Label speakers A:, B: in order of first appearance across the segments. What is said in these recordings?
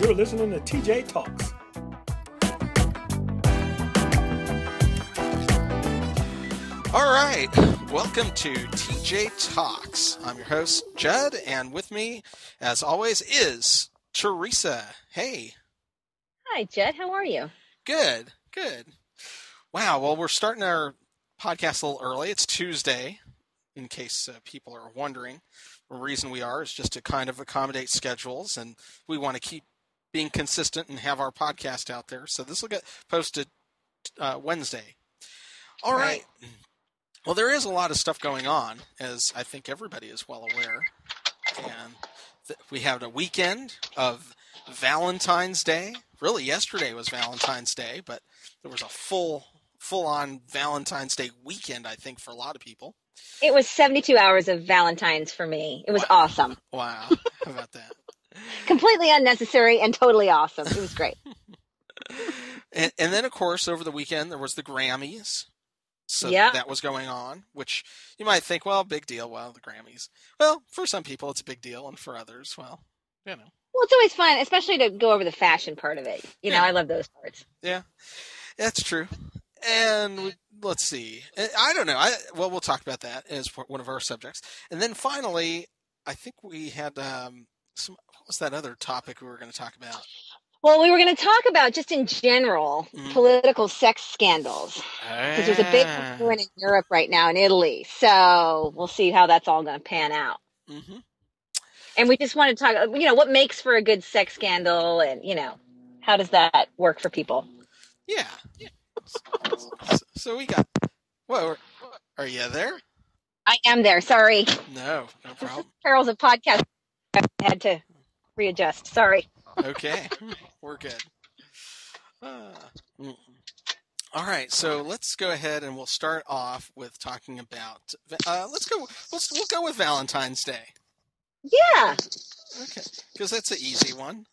A: You're listening to TJ Talks.
B: All right. Welcome to TJ Talks. I'm your host, Judd, and with me, as always, is Teresa. Hey.
C: Hi, Jed. How are you?
B: Good. Good. Wow. Well, we're starting our podcast a little early. It's Tuesday, in case uh, people are wondering. The reason we are is just to kind of accommodate schedules, and we want to keep being consistent and have our podcast out there. So this will get posted uh, Wednesday. All right.
C: Right.
B: Well, there is a lot of stuff going on, as I think everybody is well aware. And th- we had a weekend of Valentine's Day. Really, yesterday was Valentine's Day, but there was a full, full-on Valentine's Day weekend. I think for a lot of people.
C: It was 72 hours of Valentine's for me. It was
B: Wow.
C: awesome.
B: Wow, how about that?
C: Completely unnecessary and totally awesome. It was great.
B: And, and then, of course, over the weekend there was the Grammys, so
C: Yeah.
B: that was going on. Which you might think, well, big deal. Well, the Grammys. Well, for some people it's a big deal, and for others, well, you know.
C: Well, it's always fun, especially to go over the fashion part of it. You know,
B: Yeah.
C: I love those parts.
B: That's true. And we, let's see. I- I don't know. I well, we'll talk about that as for- one of our subjects. And then finally, I think we had um, some. What was that other topic we were going to talk about?
C: Well, we were going to talk about just in general
B: Mhm.
C: political sex scandals because there's a big one in Europe right now in Italy. So we'll see how that's all going to pan out.
B: hmm
C: And we just want to talk, you know, what makes for a good sex scandal and, you know, how does that work for people?
B: Yeah. So, so we got. Whoa, are you there?
C: I am there. Sorry.
B: No, no
C: This is
B: problem.
C: Carol's a podcast. I had to readjust. Sorry.
B: Okay, we're good. Uh, mm. all right, so let's go ahead and we'll start off with talking about. Uh, let's go. Let's we'll go with Valentine's Day.
C: Yeah.
B: Okay, because that's an easy one.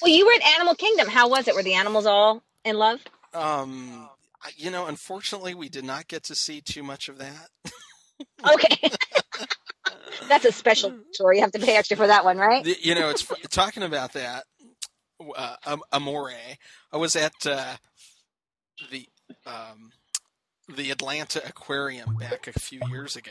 C: Well, you were at Animal Kingdom. How was it? Were the animals all in love?
B: Um, I- you know, unfortunately, we did not get to see too much of that.
C: Okay. That's a special tour. You have to pay extra for that one, right?
B: Mm-hmm. The- you know, it's fu- talking about that. Uh, Am- Amore, I was at uh, the um, the Atlanta Aquarium back a few years ago,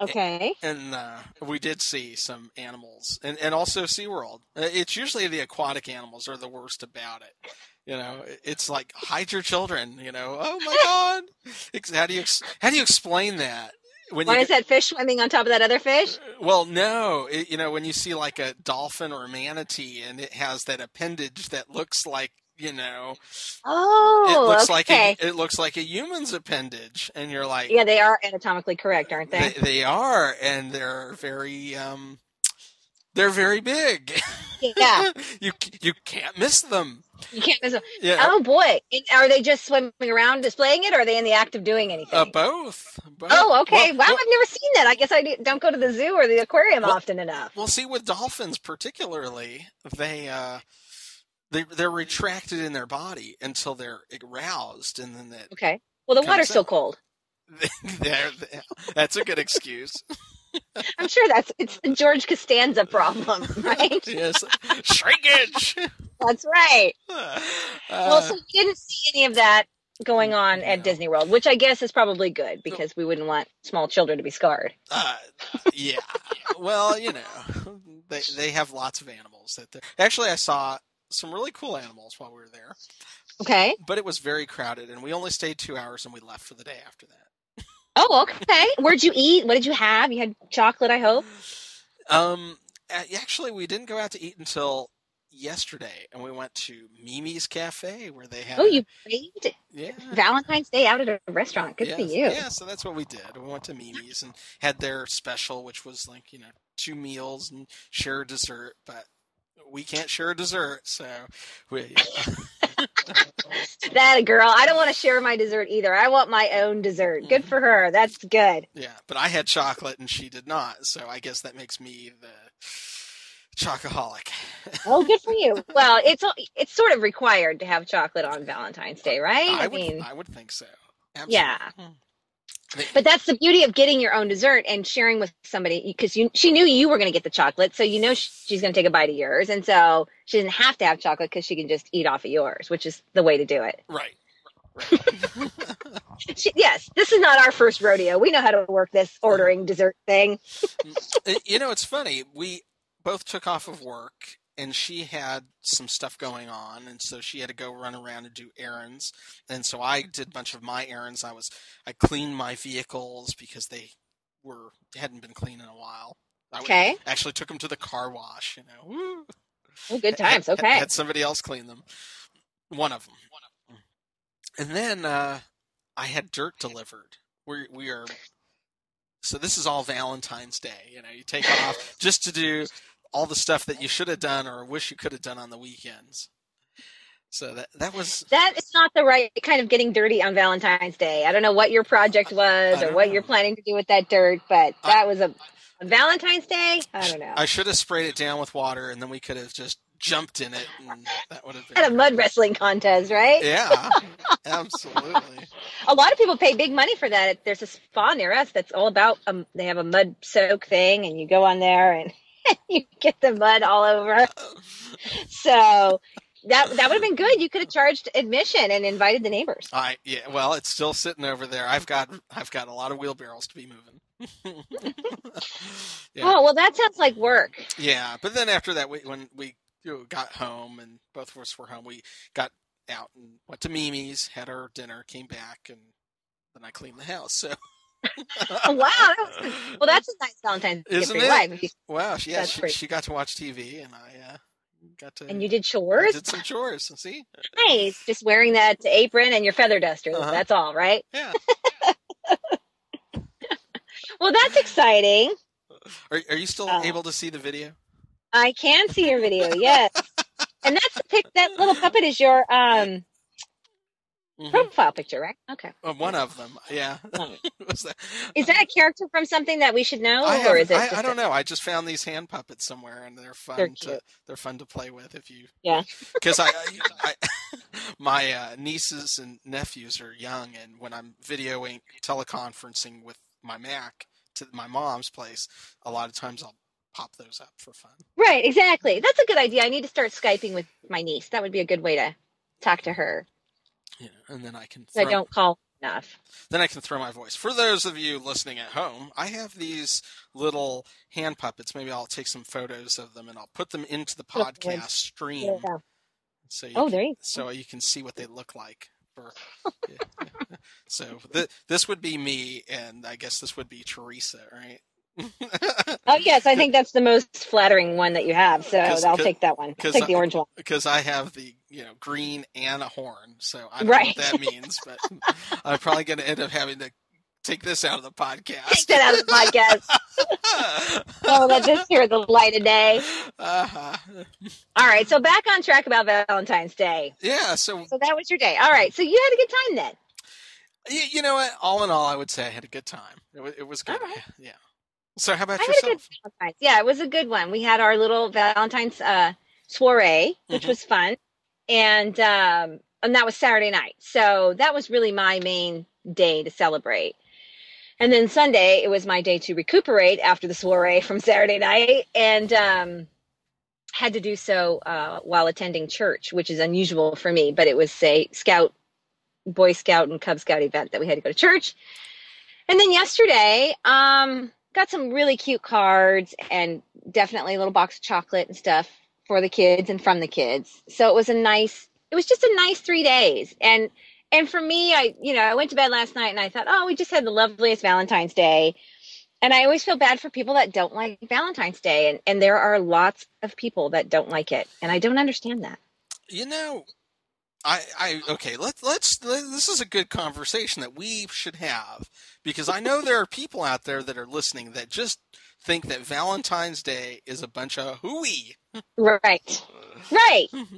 C: Okay.
B: and uh, we did see some animals, and and also SeaWorld. Uh, It's usually the aquatic animals are the worst about it. You know, it- it's like hide your children. You know, oh my god, Ex- how do you ex- how do you explain that? When
C: Why
B: you
C: is that fish swimming on top of that other fish?
B: well, no, it, you know when you see like a dolphin or a manatee, and it has that appendage that looks like you know
C: Oh,
B: it looks like
C: okay.
B: a, it looks like a human's appendage, and you're like,
C: yeah, they are anatomically correct, aren't they?
B: they, they are, and they're very um, they're very big.
C: yeah.
B: you you can't miss them.
C: You can't miss them.
B: Yeah,
C: Oh, boy. And Are they just swimming around displaying it or are they in the act of doing anything?
B: uh, both, both.
C: Oh,
B: Well,
C: okay. wow,
B: well,
C: I've never seen that. I guess I do- don't go to the zoo or the aquarium
B: Well-
C: often enough.
B: well, see, with dolphins particularly, they uh, they they're retracted in their body until they're aroused, and then that
C: Okay. Well, the
B: Comes
C: water's
B: up.
C: still cold.
B: there, there- that's a good excuse.
C: I'm sure that's it's the George Costanza problem, right?
B: yes, shrinkage.
C: that's right.
B: Uh,
C: well, so we didn't see any of that going on at
B: no.
C: Disney World, which I guess is probably good because we wouldn't want small children to be scarred.
B: uh, yeah. Well, you know, they they have lots of animals that they're actually. I saw some really cool animals while we were there,
C: Okay.
B: but it was very crowded, and we only stayed two hours, and we left for the day after that.
C: Oh, okay. Where'd you eat? What did you have? You had chocolate, I hope.
B: Um, a- actually, we didn't go out to eat until yesterday, and we went to Mimi's Cafe where they had.
C: Oh,
B: a-
C: you played
B: yeah.
C: Valentine's Day out at a restaurant. Good
B: yeah,
C: for you.
B: Yeah, so that's what we did. We went to Mimi's and had their special, which was like, you know, two meals and share a dessert, but we can't share a dessert, so we
C: That girl. I don't want to share my dessert either. I want my own dessert. Good for her. That's good.
B: yeah, but I had chocolate and she did not, so I guess that makes me the chocoholic.
C: Oh, good for you. Well, it's it's sort of required to have chocolate on Valentine's Day, right?
B: I, hmm.
C: I,
B: would
C: mean,
B: I would think so. Absolutely.
C: yeah. But that's the beauty of getting your own dessert and sharing with somebody because you she knew you were going to get the chocolate, so you know sh- she's going to take a bite of yours, and so she doesn't have to have chocolate because she can just eat off of yours, which is the way to do it.
B: Right. right.
C: She, yes, this is not our first rodeo. We know how to work this ordering dessert thing.
B: Uh, you know, it's funny. We both took off of work and she had some stuff going on and so she had to go run around and do errands and so i did a bunch of my errands i was i cleaned my vehicles because they were hadn't been clean in a while I went-
C: Okay.
B: actually took them to the car wash you know Woo.
C: Oh, good
B: Had-
C: times.
B: had-
C: Okay.
B: had somebody else clean them one of them and then uh i had dirt delivered we we are so this is all valentine's day you know you take off just to do all the stuff that you should have done or wish you could have done on the weekends so that that was
C: That is not the right kind of getting dirty on Valentine's Day. I don't know what your project
B: I
C: was or
B: don't
C: what
B: know.
C: you're planning to do with that dirt, but
B: I-
C: that was a, a Valentine's Day. I don't know.
B: i should have sprayed it down with water and then we could have just jumped in it and that would have
C: At a
B: been
C: mud wrestling contest, right?
B: yeah absolutely
C: A lot of people pay big money for that. There's a spa near us that's all about um, they have a mud soak thing, and you go on there and you get the mud all over. So that that would have been good. You could have charged admission and invited the neighbors.
B: i yeah well it's still sitting over there i've got i've got a lot of wheelbarrows to be moving Yeah.
C: Oh well, that sounds like work.
B: Yeah, but then after that, we, when we you know, got home and both of us were home, we got out and went to Mimi's, had our dinner, came back, and then I cleaned the house. So
C: Oh, wow. that was- well, that's a nice Valentine's gift
B: Isn't
C: for your
B: it?
C: wife. If you
B: wow, she, yeah,
C: That's
B: she,
C: pretty.
B: she got to watch TV, and I uh, got to
C: And you did
B: I
C: chores?
B: did some chores. See,
C: Nice. Just wearing that apron and your feather duster.
B: Uh-huh.
C: That's all, right?
B: yeah.
C: Well, that's exciting.
B: Are are you still
C: Oh.
B: able to see the video?
C: I can see your video. Yes. and that's the pic that little puppet is your um
B: Mhm.
C: profile picture, right? Okay.
B: Uh, One of them, yeah. Was that-
C: Is that a character from something that we should know
B: I,
C: Oh, or
B: haven't-
C: is it
B: I,
C: just
B: I don't
C: a-
B: know. I just found these hand puppets somewhere, and they're fun.
C: They're
B: To,
C: cute.
B: they're fun to play with if you.
C: Yeah.
B: Because I, I, my uh, nieces and nephews are young, and when I'm videoing teleconferencing with my Mac to my mom's place, a lot of times I'll pop those up for fun.
C: Right, exactly. That's a good idea. I need to start Skyping with my niece. That would be a good way to talk to her.
B: You know, and then I can.
C: So
B: Throw,
C: I don't call enough.
B: Then I can throw my voice. For those of you listening at home, I have these little hand puppets. Maybe I'll take some photos of them and I'll put them into the
C: Little ones.
B: podcast stream.
C: Yeah.
B: So you
C: Oh, there you
B: so you can see what they look like. For, yeah. So th- this would be me, and I guess this would be Teresa, right?
C: Oh yes, I think that's the most flattering one that you have. So
B: 'Cause-
C: I'll
B: 'cause-
C: take that one. I'll
B: 'cause
C: take the
B: I-
C: orange one.
B: Because I have the you know green and a horn, so I don't
C: Right.
B: know what that means, but I'm probably going to end up having to take this out of the
C: Take
B: podcast.
C: that out of the podcast. Don't let this hear the light of day.
B: uh-huh.
C: All right, so back on track about Valentine's Day.
B: Yeah. So
C: So that was your day. All right, so you had a good time then.
B: y- you know what? All in all, I would say I had a good time. It, wa it was good.
C: All right.
B: Yeah. So how about
C: I had a good
B: yourself?
C: Valentine's. Yeah, it was a good one. We had our little Valentine's uh, soiree, which
B: Mhm.
C: was fun, and um, and that was Saturday night. So that was really my main day to celebrate. And then Sunday, it was my day to recuperate after the soiree from Saturday night, and um, had to do so uh, while attending church, which is unusual for me. But it was a Scout, Boy Scout, and Cub Scout event that we had to go to church. And then yesterday, um, got some really cute cards and definitely a little box of chocolate and stuff for the kids and from the kids. So it was a nice, it was just a nice three days. And and for me, I you know I went to bed last night and I thought, oh, we just had the loveliest Valentine's Day. And I always feel bad for people that don't like Valentine's Day, and and there are lots of people that don't like it, and I don't understand that.
B: you know i i okay let's let's this is a good conversation that we should have because i know there are people out there that are listening that just think that valentine's day is a bunch of hooey
C: Right, right. and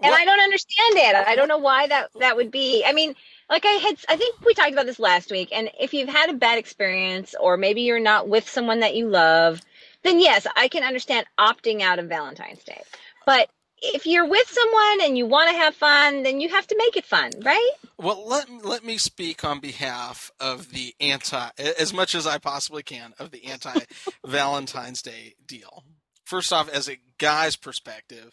B: What-
C: I don't understand it. I don't know why that that would be. I mean, like I had, I think we talked about this last week. And if you've had a bad experience, or maybe you're not with someone that you love, then yes, I can understand opting out of Valentine's Day. But if you're with someone and you want to have fun, then you have to make it fun, right?
B: Well, let let me speak on behalf of the anti, as much as I possibly can, of the anti Valentine's Day deal. First off, as a guy's perspective,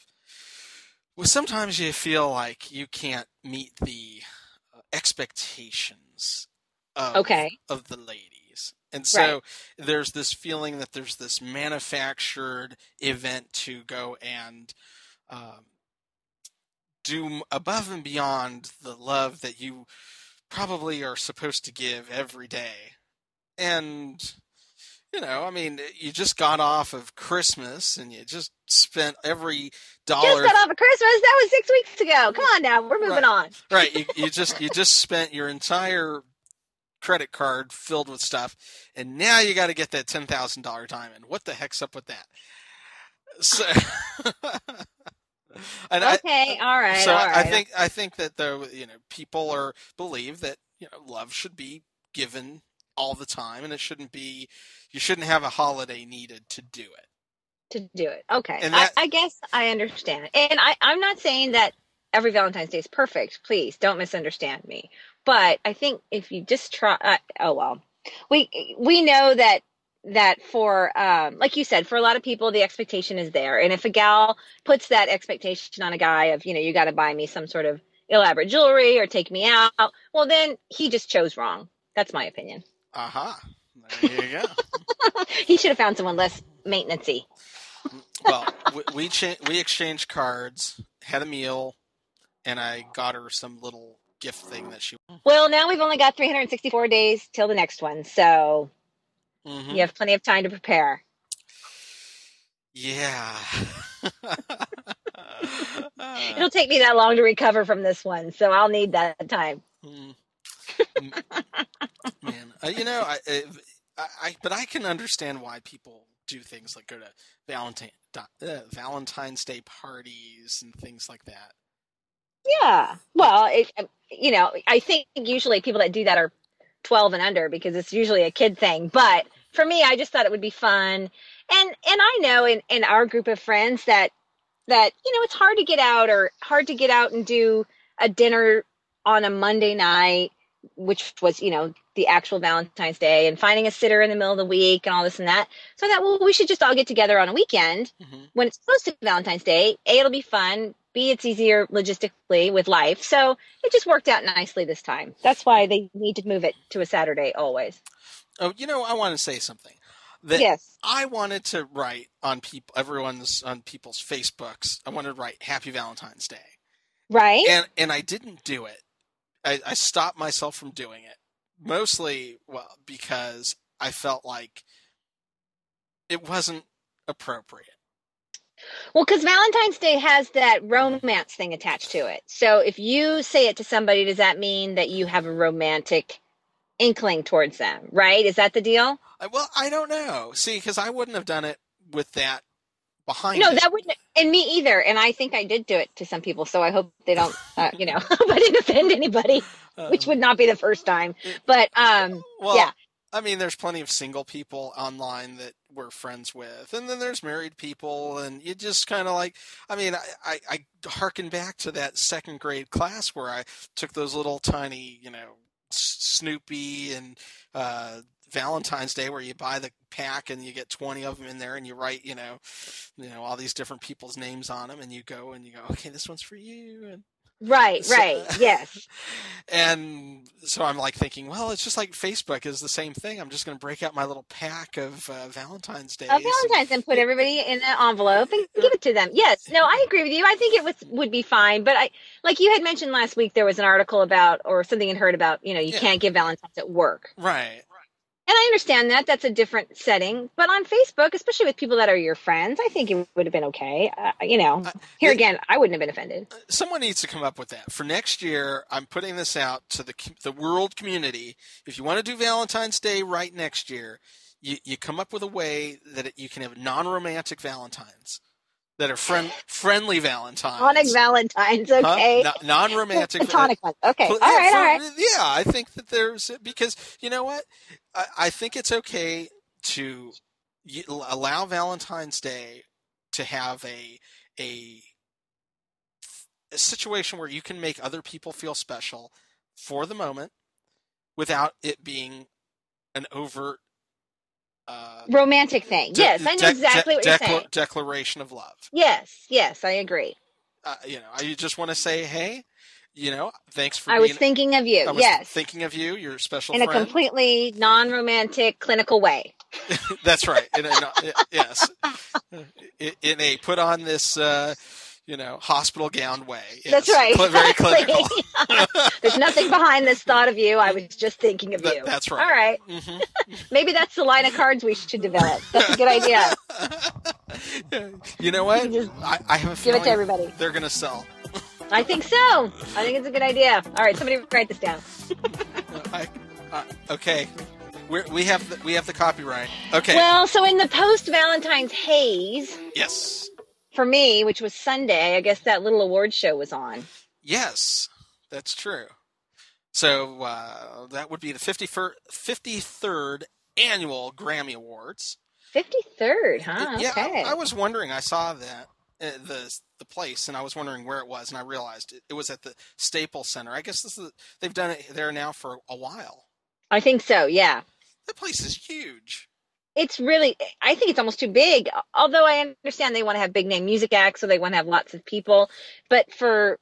B: well, sometimes you feel like you can't meet the uh, expectations of
C: Okay.
B: of the ladies, and so there's this feeling that there's this manufactured event to go and. Um, do m- above and beyond the love that you probably are supposed to give every day. And, you know, I mean, you just got off of Christmas and you just spent every dollar.
C: Just got off of Christmas. That was six weeks ago. Come on now, we're moving
B: Right.
C: on.
B: right. You, you just, you just spent your entire credit card filled with stuff. And now you got to get that $10,000 diamond. What the heck's up with that? So, and I,
C: Okay, all right,
B: so
C: all
B: I-
C: right.
B: I think I think that though you know people are believe that you know love should be given all the time and it shouldn't be you shouldn't have a holiday needed to do it.
C: to do it. Okay.
B: And that-
C: I, I guess I understand. And I, I'm not saying that every Valentine's Day is perfect. Please don't misunderstand me. But I think if you just try, uh, oh well, we we know that that for um, like you said, for a lot of people, the expectation is there. And if a gal puts that expectation on a guy of you know you got to buy me some sort of elaborate jewelry or take me out, well then he just chose wrong. That's my opinion.
B: Aha. There you go.
C: he should have found someone less maintenancey.
B: well, we we, cha- we exchanged cards, had a meal, and I got her some little gift thing that she.
C: Well, now we've only got 364 days till the next one, so
B: Mhm.
C: you have plenty of time to prepare.
B: Yeah. Uh-huh.
C: It'll take me that long to recover from this one, so I'll need that time.
B: Mm. Man, uh, you know, I, I, I, but I can understand why people do things like go to Valentine, uh, Valentine's Day parties and things like that.
C: Yeah. Well, it, um, you know, I think usually people that do that are 12 and under because it's usually a kid thing. But for me, I just thought it would be fun, and and I know in in our group of friends that that you know it's hard to get out or hard to get out and do a dinner on a Monday night, which was you know the actual Valentine's Day, and finding a sitter in the middle of the week and all this and that. So that well, we should just all get together on a weekend
B: hmm
C: when it's close to Valentine's Day, A, it'll be fun. B, it's easier logistically with life. So it just worked out nicely this time. That's why they need to move it to a Saturday always.
B: Oh, you know, I want to say something. That
C: yes.
B: I wanted to write on people, everyone's on people's Facebooks. I wanted to write Happy Valentine's Day,
C: Right?
B: and and I didn't do it. I, I stopped myself from doing it mostly, well, because I felt like it wasn't appropriate.
C: Well, because Valentine's Day has that romance thing attached to it. So if you say it to somebody, does that mean that you have a romantic inkling towards them? Right? Is that the deal?
B: I- Well, I don't know. See, because I wouldn't have done it with that behind.
C: No,
B: it.
C: that wouldn't, and me either. And I think I did do it to some people. So I hope they don't, uh, you know, hope I didn't offend anybody.
B: Uh,
C: which would not be the first time but um
B: well,
C: yeah.
B: I mean, there's plenty of single people online that we're friends with, and then there's married people, and you just kind of like. I mean, I, I I harken back to that second grade class where I took those little tiny, you know, S- Snoopy and uh, Valentine's Day, where you buy the pack and you get twenty of them in there, and you write, you know, you know, all these different people's names on them, and you go and you go, okay, this one's for you, and
C: right
B: So- uh,
C: right yes
B: and so I'm like thinking, well, it's just like Facebook is the same thing. I'm just going to break out my little pack of uh, Valentine's Days.
C: a valentine's and put everybody in an envelope and give it to them yes no i agree with you i think it was would be fine but i like you had mentioned last week there was an article about or something you heard about you know you
B: Yeah.
C: can't give valentines at work
B: Right.
C: and i understand that that's a different setting but on facebook especially with people that are your friends i think it would have been okay uh, you know
B: Uh,
C: here
B: yeah.
C: again i wouldn't have been offended
B: Someone needs to come up with that for next year. I'm putting this out to the com- the world community. If you want to do Valentine's Day right next year, you you come up with a way that it, you can have non-romantic Valentines that are friend friendly Valentines.
C: platonic valentines
B: Uh, Huh?
C: okay
B: No- non-romantic
C: platonic ones okay all
B: Well, yeah,
C: right
B: for-
C: all right
B: Yeah, I think that there's because you know what, I, I think it's okay to y- allow Valentine's Day to have a a a situation where you can make other people feel special for the moment without it being an overt uh,
C: Romantic thing.
B: de-
C: yes, I know
B: de-
C: exactly
B: de-
C: what you're
B: decla-
C: saying.
B: declaration of love.
C: Yes, yes, I agree.
B: Uh, you know, I just want to say, hey, you know, thanks for
C: I
B: being.
C: was thinking of you.
B: I was
C: yes.
B: thinking of you. Your special
C: in a
B: friend.
C: completely non romantic, clinical way.
B: That's right. In a, no- yes, in, in a put on this, uh, you know, hospital gown way. Yes.
C: That's right.
B: Cl- very
C: exactly.
B: clinical.
C: There's nothing behind this thought of you. I was just thinking of
B: That-
C: you.
B: that's right.
C: All right.
B: hmm
C: Maybe that's the line of cards we should develop. That's a good idea.
B: Mm-hmm. you know what?
C: Just
B: I, I have a
C: Give
B: feeling
C: it to everybody.
B: they're gonna sell.
C: I think so. I think it's a good idea. All right, somebody write this down.
B: I, uh, okay, We're, we have the, we have the copyright. Okay.
C: Well, so in the post Valentine's haze
B: yes.
C: for me, which was Sunday, I guess that little award show was on.
B: Yes, that's true. So uh, that would be the 51st, 53rd annual Grammy Awards.
C: 53rd, huh?
B: yeah, I-
C: Ah, okay.
B: I, was wondering. I saw that uh, the the place, and I was wondering where it was, and I realized it, it was at the Staples Center. I guess this is they've done it there now for a while.
C: I think so, yeah.
B: That place is huge.
C: it's really i think it's almost too big although i understand they want to have big name music acts so they want to have lots of people but for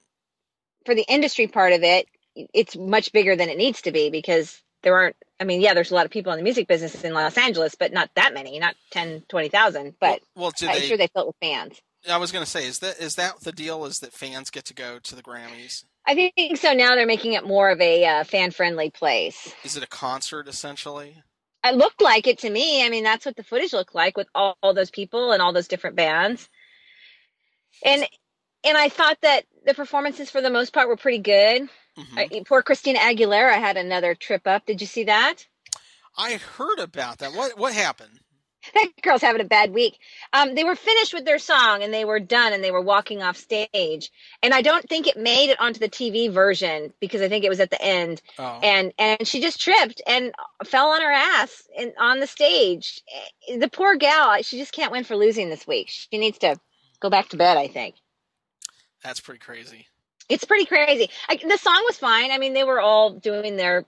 C: for the industry part of it it's much bigger than it needs to be because there aren't i mean yeah there's a lot of people in the music business in los angeles but not that many not 10 20000 but
B: well, well, do
C: i'm
B: they-
C: sure they fill it with fans
B: I was going to say, is that is that the deal? Is that fans get to go to the Grammys?
C: i think so now they're making it more of a uh, fan friendly place
B: Is it a concert essentially?
C: it looked like it to me. I mean, that's what the footage looked like with all, all those people and all those different bands. And and I thought that the performances for the most part were pretty good.
B: Mhm.
C: I, poor Christina Aguilera had another trip up. Did you see that?
B: I heard about that. What what happened?
C: That girl's having a bad week. Um, they were finished with their song and they were done and they were walking off stage. And I don't think it made it onto the TV version because I think it was at the end.
B: Oh.
C: and and she just tripped and fell on her ass and on the stage Eh, the poor gal she just can't win for losing this week she needs to go back to bed i think
B: That's pretty crazy.
C: it's pretty crazy I, the song was fine i mean they were all doing their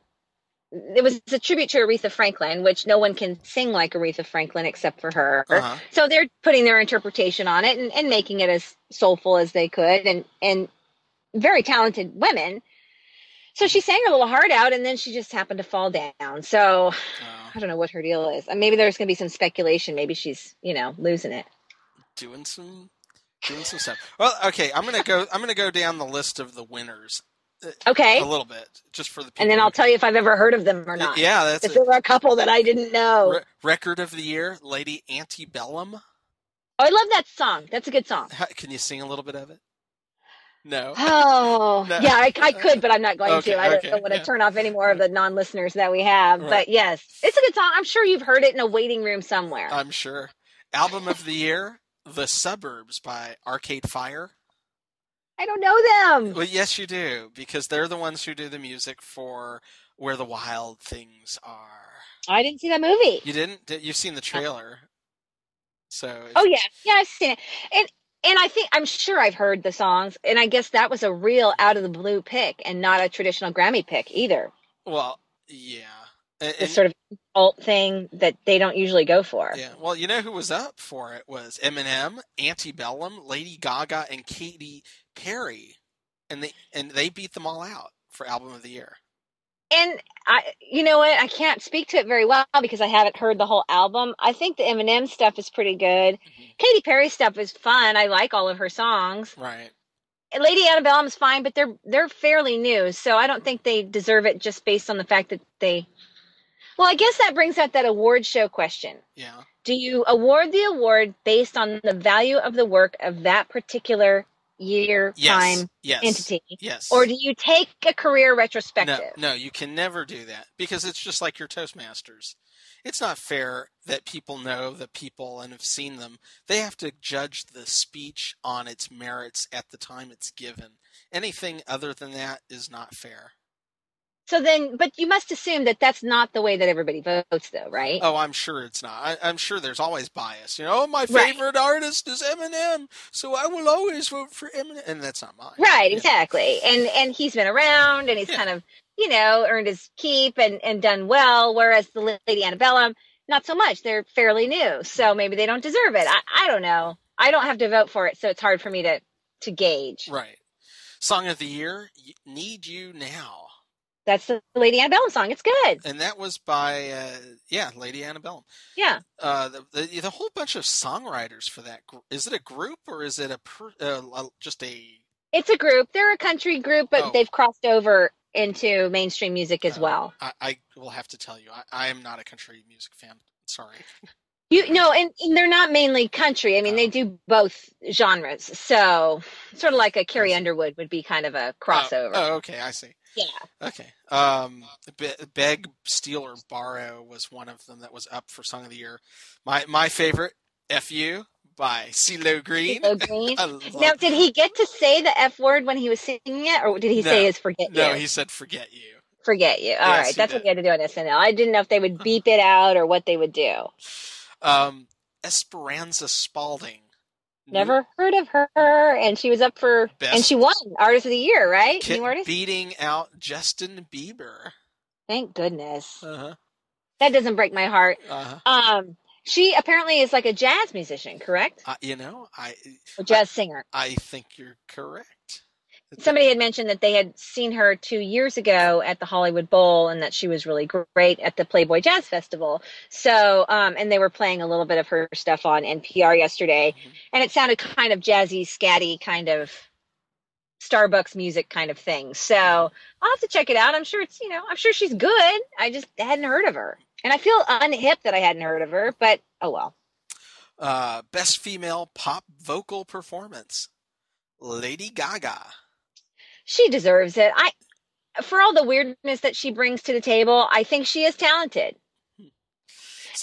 C: it was a tribute to aretha franklin which no one can sing like aretha franklin except for her
B: Uh-huh.
C: so they're putting their interpretation on it and, and making it as soulful as they could and and very talented women so she sang her little heart out and then she just happened to fall down so
B: Oh,
C: i don't know what her deal is And maybe there's going to be some speculation maybe she's you know losing it
B: doing some doing some stuff. Well, okay, I'm gonna go. I'm gonna go down the list of the winners uh,
C: okay
B: a little bit, just for the people.
C: and then i'll tell you if i've ever heard of them or not
B: Yeah, that's
C: if
B: it.
C: there were a couple that i didn't know
B: Re- record of the year, Lady Antebellum.
C: oh i love that song that's a good song
B: How, can you sing a little bit of it? No.
C: Oh,
B: No.
C: yeah, I, I could, but I'm not going
B: Okay,
C: to. I don't,
B: okay,
C: want to
B: yeah.
C: turn off any more of the non listeners that we have.
B: Right.
C: But yes, it's a good song. I'm sure you've heard it in a waiting room somewhere.
B: I'm sure. Album of the year, The Suburbs by Arcade Fire.
C: I don't know them.
B: Well, yes, you do, because they're the ones who do the music for Where the Wild Things Are.
C: I didn't see that movie.
B: You didn't? Did- You've seen the trailer. So. it's-
C: Uh-huh. Oh, yeah. Yeah, I've seen it. And, and I think, I'm sure I've heard the songs. And I guess that was a real out of the blue pick and not a traditional Grammy pick either.
B: Well, yeah. And-
C: This
B: and-
C: sort of alt thing that they don't usually go for.
B: yeah. Well, you know who was up for it was Eminem, Antebellum, Lady Gaga, and Katy Perry, and they and they beat them all out for album of the year.
C: and I, you know what, I can't speak to it very well because I haven't heard the whole album. I think the Eminem stuff is pretty good.
B: Mm-hmm.
C: Katy Perry stuff is fun. I like all of her songs.
B: Right.
C: And Lady Antebellum's fine, but they're they're fairly new, so I don't think they deserve it just based on the fact that they. Well, I guess that brings up that award show question.
B: Yeah.
C: Do you award the award based on the value of the work of that particular year,
B: Yes.
C: time,
B: yes.
C: entity,
B: Yes.
C: or do you take a career retrospective?
B: no, no, you can never do that because it's just like your Toastmasters. It's not fair that people know the people and have seen them. They have to judge the speech on its merits at the time it's given. Anything other than that is not fair.
C: So then, but you must assume that that's not the way that everybody votes, though, right?
B: Oh, I'm sure it's not. I, I'm sure there's always bias. You know, "Oh, my
C: Right.
B: favorite artist is Eminem, so I will always vote for Eminem, and that's not mine.
C: Right,
B: Yeah.
C: exactly. And and he's been around and he's
B: Yeah.
C: kind of, you know, earned his keep and, and done well, whereas the Lady Antebellum, not so much. They're fairly new, so maybe they don't deserve it. I, I don't know. I don't have to vote for it, so it's hard for me to to gauge.
B: Right. Song of the year, Y- "Need You Now,"
C: That's the Lady Antebellum song. It's good.
B: and that was by uh, yeah, Lady Annabelle.
C: Yeah.
B: Uh, the, the the whole bunch of songwriters for that. gr- Is it a group or is it a per, uh, l- just a?
C: It's a group. They're a country group, but
B: Oh.
C: they've crossed over into mainstream music as
B: Uh,
C: well.
B: I, I will have to tell you, I, I am not a country music fan. Sorry. Uh,
C: You no, and, and they're not mainly country. I mean, they do both genres. So, sort of like a Carrie
B: I see.
C: Underwood would be kind of a
B: Oh,
C: crossover.
B: Oh, okay, I see.
C: Yeah.
B: Okay. Um, Be- beg, steal, or borrow was one of them that was up for song of the year. My my favorite, "Fu" by CeeLo Green. Uh,
C: CeeLo Green.
B: I love
C: Now, did he get to say the F word when he was singing it, or did he
B: No.
C: say his forget
B: No,
C: you?
B: he said "Forget You."
C: Forget you. All right,
B: Yes, he
C: That's
B: did.
C: what he had to do on SNL. I didn't know if they would beep it out or what they would do.
B: Um, Esperanza Spalding.
C: Never heard of her. And she was up for,
B: Best-
C: and she won Artist of the Year, right?
B: Ki-
C: New artist?
B: beating out Justin Bieber.
C: Thank goodness.
B: Uh-huh.
C: That doesn't break my heart.
B: Uh-huh.
C: Um, She apparently is like a jazz musician, correct?
B: I, you know, I
C: A jazz singer.
B: I think you're correct.
C: Somebody had mentioned that they had seen her two years ago at the Hollywood Bowl and that she was really great at the Playboy Jazz Festival. So, um, and they were playing a little bit of her stuff on NPR yesterday,
B: Mhm.
C: and it sounded kind of jazzy, scatty, kind of Starbucks music kind of thing. So I'll have to check it out. I'm sure it's, you know, I'm sure she's good. I just hadn't heard of her. And I feel unhip that I hadn't heard of her, but oh well.
B: Uh, best female pop vocal performance. Lady Gaga.
C: she deserves it. I for all the weirdness that she brings to the table, I think she is talented.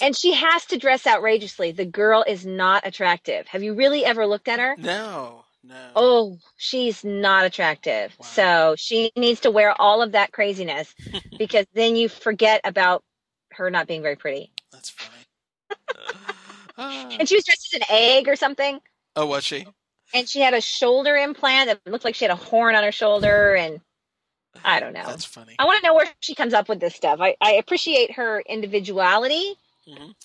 C: And she has to dress outrageously. The girl is not attractive. Have you really ever looked at her?
B: No, no.
C: Oh, she's not attractive.
B: Wow.
C: So she needs to wear all of that craziness because then you forget about her not being very pretty.
B: That's funny. Ah.
C: And she was dressed as an egg or something.
B: oh, was she?
C: And she had a shoulder implant that looked like she had a horn on her shoulder. And I don't know.
B: That's funny.
C: I want to know where she comes up with this stuff. I, I appreciate her individuality,
B: Mhm.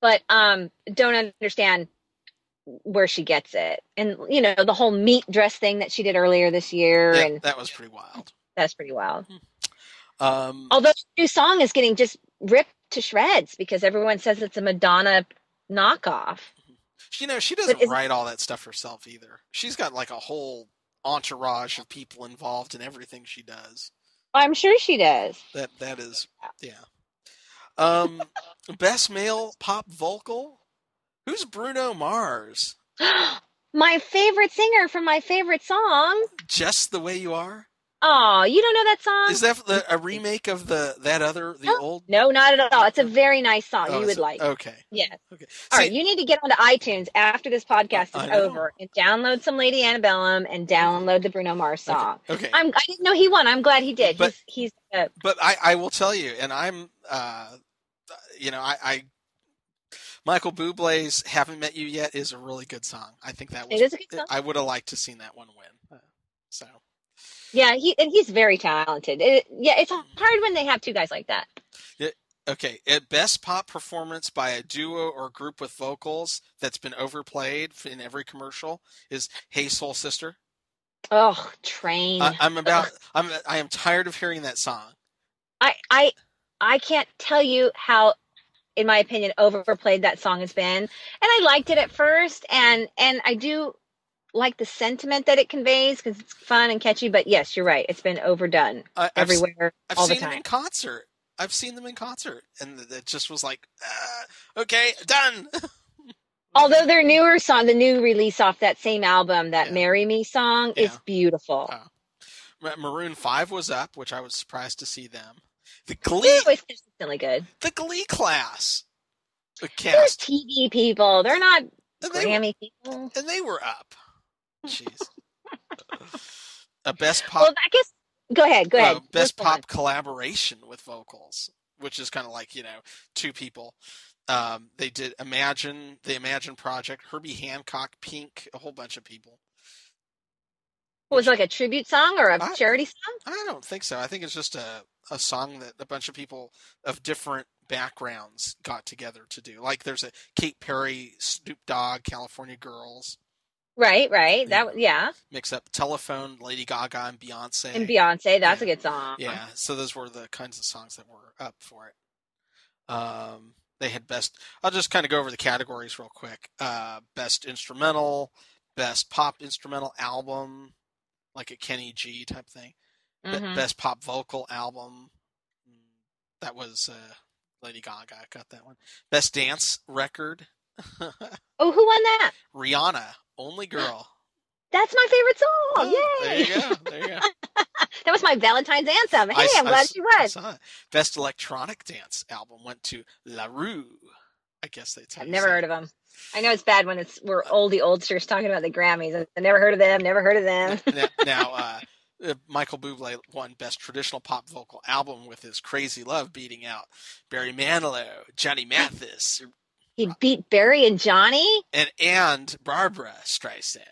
C: but um, don't understand where she gets it. And you know the whole meat dress thing that she did earlier this year,
B: Yeah,
C: and
B: that was pretty wild.
C: that's pretty wild.
B: Um,
C: Although the new song is getting just ripped to shreds because everyone says it's a Madonna knockoff.
B: you know, she doesn't
C: but is-
B: write all that stuff herself either. She's got like a whole entourage of people involved in everything she does.
C: I'm sure she does.
B: That that is, yeah. Um, best male pop vocal. Who's Bruno Mars?
C: my favorite singer from my favorite song.
B: Just the way you are.
C: Oh, you don't know that song?
B: Is that the, a remake of the that other the
C: No.
B: old?
C: no, not at all. It's a very nice song.
B: Oh,
C: you
B: is
C: would
B: it?
C: like.
B: Okay.
C: Yes.
B: Okay.
C: All
B: See,
C: right, you need to get onto iTunes after this podcast
B: I
C: is
B: know.
C: over and download some Lady Antebellum and download the Bruno Mars song.
B: okay.
C: I'm, I didn't know he won. I'm glad he did.
B: But-
C: he's he's uh,
B: but I, I will tell you, and I'm, uh, you know, I, I Michael Bublé's "Haven't Met You Yet" is a really good song. I think that was.
C: it is a good song.
B: I would have liked to seen that one win. So
C: Yeah, he and he's very talented. It, yeah, it's hard when they have two guys like that.
B: okay, at best pop performance by a duo or group with vocals that's been overplayed in every commercial is "Hey Soul Sister."
C: Oh, train.
B: I, I'm about. I'm. I am tired of hearing that song.
C: I I I can't tell you how in my opinion overplayed that song has been. And I liked it at first and and I do like the sentiment that it conveys cuz it's fun and catchy, but yes, you're right. It's been overdone
B: I, I've-
C: everywhere
B: I've
C: all the
B: seen them
C: time.
B: in concert. I've seen them in concert, and th- that just was like, uh, okay, done.
C: Although their newer song, the new release off that same album, that
B: Yeah.
C: "Marry Me" song,
B: Yeah.
C: is beautiful.
B: Oh. Ma- Maroon Five was up, which I was surprised to see them. The
C: They're
B: Glee,
C: always consistently good.
B: the Glee class, the
C: They're
B: cast,
C: TV people. They're not
B: and they,
C: Grammy people.
B: and they were up. Jeez, a best pop.
C: Well, I guess Go ahead. Go ahead.
B: uh, best
C: Which one?
B: pop collaboration with vocals, which is kind of like you know two people. Um, they did Imagine, the Imagine Project, Herbie Hancock, Pink, a whole bunch of people.
C: What was it, like a tribute song or a
B: I-
C: charity song?
B: I don't think so. I think it's just a a song that a bunch of people of different backgrounds got together to do. Like there's a Kate Perry, Snoop Dogg, California Girls
C: Right, right. That yeah.
B: mix up, Telephone, Lady Gaga, and Beyonce.
C: And Beyonce, that's
B: Yeah.
C: a good song.
B: Yeah, so those were the kinds of songs that were up for it. Um, they had best. I'll just kind of go over the categories real quick. Uh, best instrumental, best pop instrumental album, like a Kenny G type thing. Be-
C: Mhm.
B: Best pop vocal album. That was uh, Lady Gaga got that one. Best dance record.
C: Oh, who won that?
B: Rihanna, Only Girl.
C: That's my favorite song.
B: Oh, There
C: Yay!
B: you go. There you go.
C: that was my Valentine's anthem.
B: I
C: Hey,
B: s-
C: I, am
B: I
C: glad
B: s-
C: she
B: I
C: won.
B: saw it. Best electronic dance album went to La Rue. I guess they.
C: I've never heard of them. I know it's bad when it's we're oldie oldsters talking about the Grammys. I never heard of them. Never heard of them.
B: now, now uh, uh, Michael Bublé won Best Traditional Pop Vocal Album with his "Crazy Love" beating out Barry Manilow, Johnny Mathis,
C: He beat Barry and Johnny.
B: and and Barbara Streisand.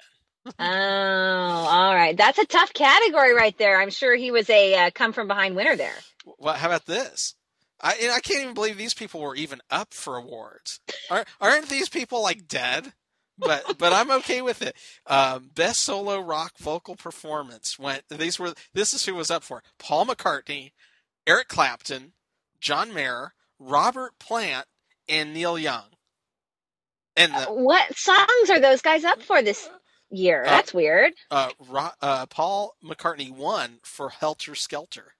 C: Oh, all right. That's a tough category right there. I'm sure he was a uh, come from behind winner there.
B: Well, how about this? I and I can't even believe these people were even up for awards. Aren't, aren't these people like dead? But but I'm okay with it. Um, best solo rock vocal performance went. These were this is who was up for it. Paul McCartney, Eric Clapton, John Mayer, Robert Plant, and Neil Young. And the,
C: What songs are those guys up for this year?
B: Uh,
C: That's weird.
B: uh, Ro- uh, Paul McCartney won for Helter Skelter.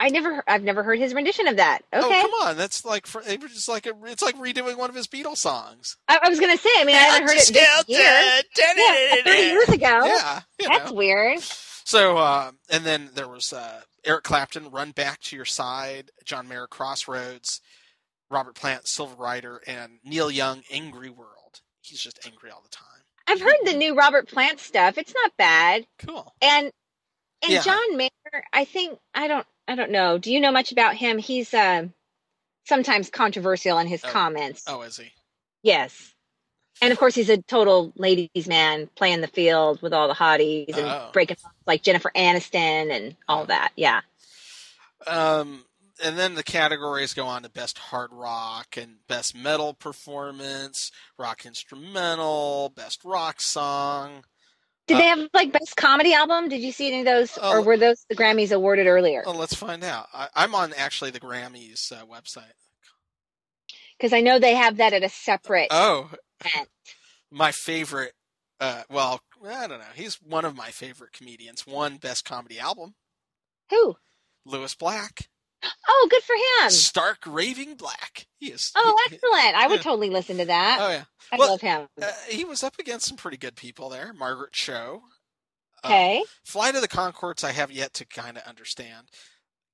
C: I never, I've never heard his rendition of that. Okay,
B: Oh come on, that's like for, it was just like a, it's like redoing one of his Beatles songs.
C: I, I was gonna say. I mean, I haven't heard it this year. Yeah, thirty years ago.
B: Yeah, you
C: That's
B: know.
C: weird.
B: So, uh, and then there was uh, Eric Clapton, "Run Back to Your Side," John Mayer, "Crossroads," Robert Plant, "Silver Rider," and Neil Young, "Angry World." He's just angry all the time.
C: I've heard the new Robert Plant stuff. It's not bad.
B: Cool.
C: And and
B: Yeah.
C: John Mayer, I think I don't I don't know. Do you know much about him? He's uh, sometimes controversial in his
B: Oh.
C: comments.
B: Oh, is he?
C: Yes. And of course, he's a total ladies' man, playing the field with all the hotties and
B: Oh.
C: breaking off like Jennifer Aniston and all that. Yeah.
B: Um, and then the categories go on to best hard rock and best metal performance, rock instrumental, best rock song.
C: Did
B: Uh,
C: they have like best comedy album? Did you see any of those,
B: Oh.
C: or were those the Grammys awarded earlier?
B: Oh, let's find out. I, I'm on actually the Grammys uh, website.
C: Because I know they have that at a separate
B: Oh,
C: event.
B: my favorite uh well i don't know he's one of my favorite comedians one best comedy album
C: Who?
B: lewis black
C: Oh, good for him.
B: stark raving black he is
C: Oh, excellent! I would
B: Yeah.
C: totally listen to that.
B: oh yeah
C: I
B: well,
C: love him.
B: uh, he was up against some pretty good people there margaret cho uh,
C: okay.
B: flight of the concords i have yet to kind of understand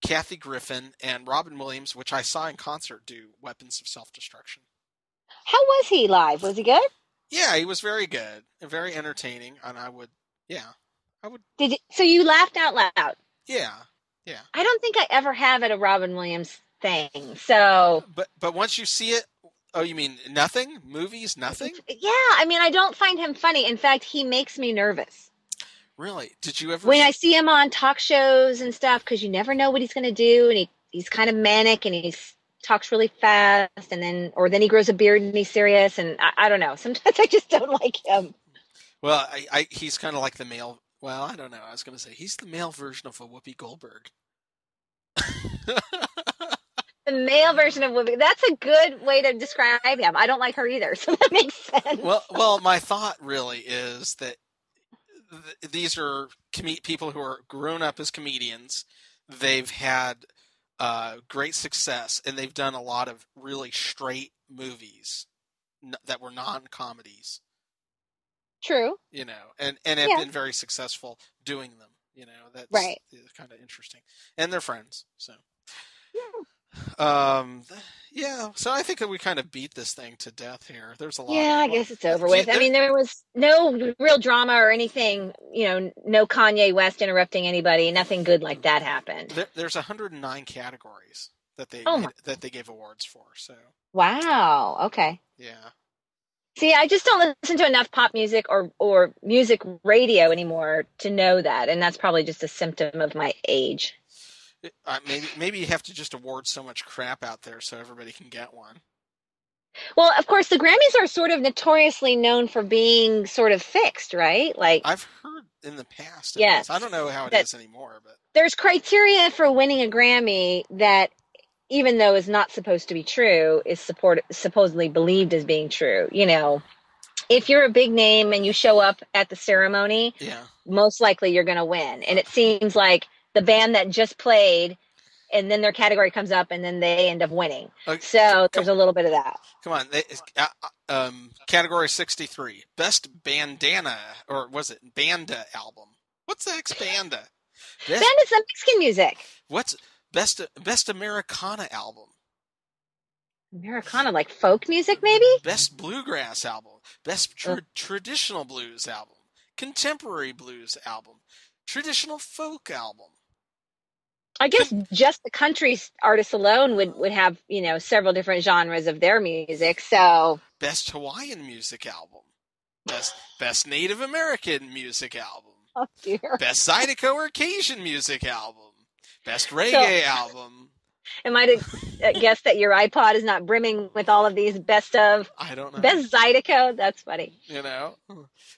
B: kathy griffin and robin williams which i saw in concert do weapons of self-destruction
C: How was he live? Was he good?
B: yeah he was very good and very entertaining and i would yeah
C: Did you, so? You laughed out loud.
B: yeah
C: I don't think I ever have at a Robin Williams thing. So
B: But but once you see it, oh, you mean nothing? Movies, nothing?
C: yeah, I mean, I don't find him funny. In fact, he makes me nervous
B: Really? Did you ever?
C: when I see him on talk shows and stuff because you never know what he's going to do, and he he's kind of manic and he's talks really fast and then or then he grows a beard and he's serious and I, I don't know sometimes i just don't like him
B: well, I, I he's kind of like the male. Well, I don't know. I was going to say he's the male version of a Whoopi Goldberg.
C: The male version of Whoopi. That's a good way to describe him. I don't like her either, so that makes sense.
B: Well, well, my thought really is that th- these are com- people who are grown up as comedians. They've had uh, great success, and they've done a lot of really straight movies n- that were non comedies.
C: True.
B: you know, and and have
C: Yeah.
B: been very successful doing them. You know, that's
C: Right.
B: kind of interesting, and they're friends. So, Um, yeah, so I think that we kind of beat this thing to death here. There's a lot.
C: Yeah, I
B: of,
C: guess it's over
B: Yeah,
C: with. I
B: there-
C: mean, there was no real drama or anything, you know, no Kanye West interrupting anybody, nothing good like that happened.
B: there, there's 109 categories that they
C: Oh my-
B: that they gave awards for. So
C: Wow. Okay.
B: yeah,
C: See, I just don't listen to enough pop music or or music radio anymore to know that, and that's probably just a symptom of my age.
B: It- uh, maybe maybe you have to just award so much crap out there so everybody can get one.
C: Well, of course, the Grammys are sort of notoriously known for being sort of fixed, right? Like
B: I've heard in the past. it
C: Yes.
B: is. I don't know how it is
C: That-
B: anymore, but
C: there's criteria for winning a Grammy that even though is not supposed to be true is support supposedly believed as being true you know if you're a big name and you show up at the ceremony
B: yeah,
C: most likely you're going to win and it seems like the band that just played and then their category comes up and then they end up winning
B: Okay.
C: so there's a little bit of that
B: come on. They, it's- uh, uh, um, category 63, best bandana or was it banda album? What's the next banda? Best,
C: band is the mexican music
B: what's best best Americana album?
C: americana like folk music maybe
B: Best bluegrass album, best tr- traditional blues album, contemporary blues album, traditional folk album.
C: I guess just the country artists alone would would have you know several different genres of their music. So
B: best Hawaiian music album, best best Native American music album,
C: oh dear,
B: best Zydeco or Cajun music album, best reggae album.
C: I might have guessed that your iPod is not brimming with all of these best of
B: I don't know.
C: best Zydeco. That's funny.
B: you know,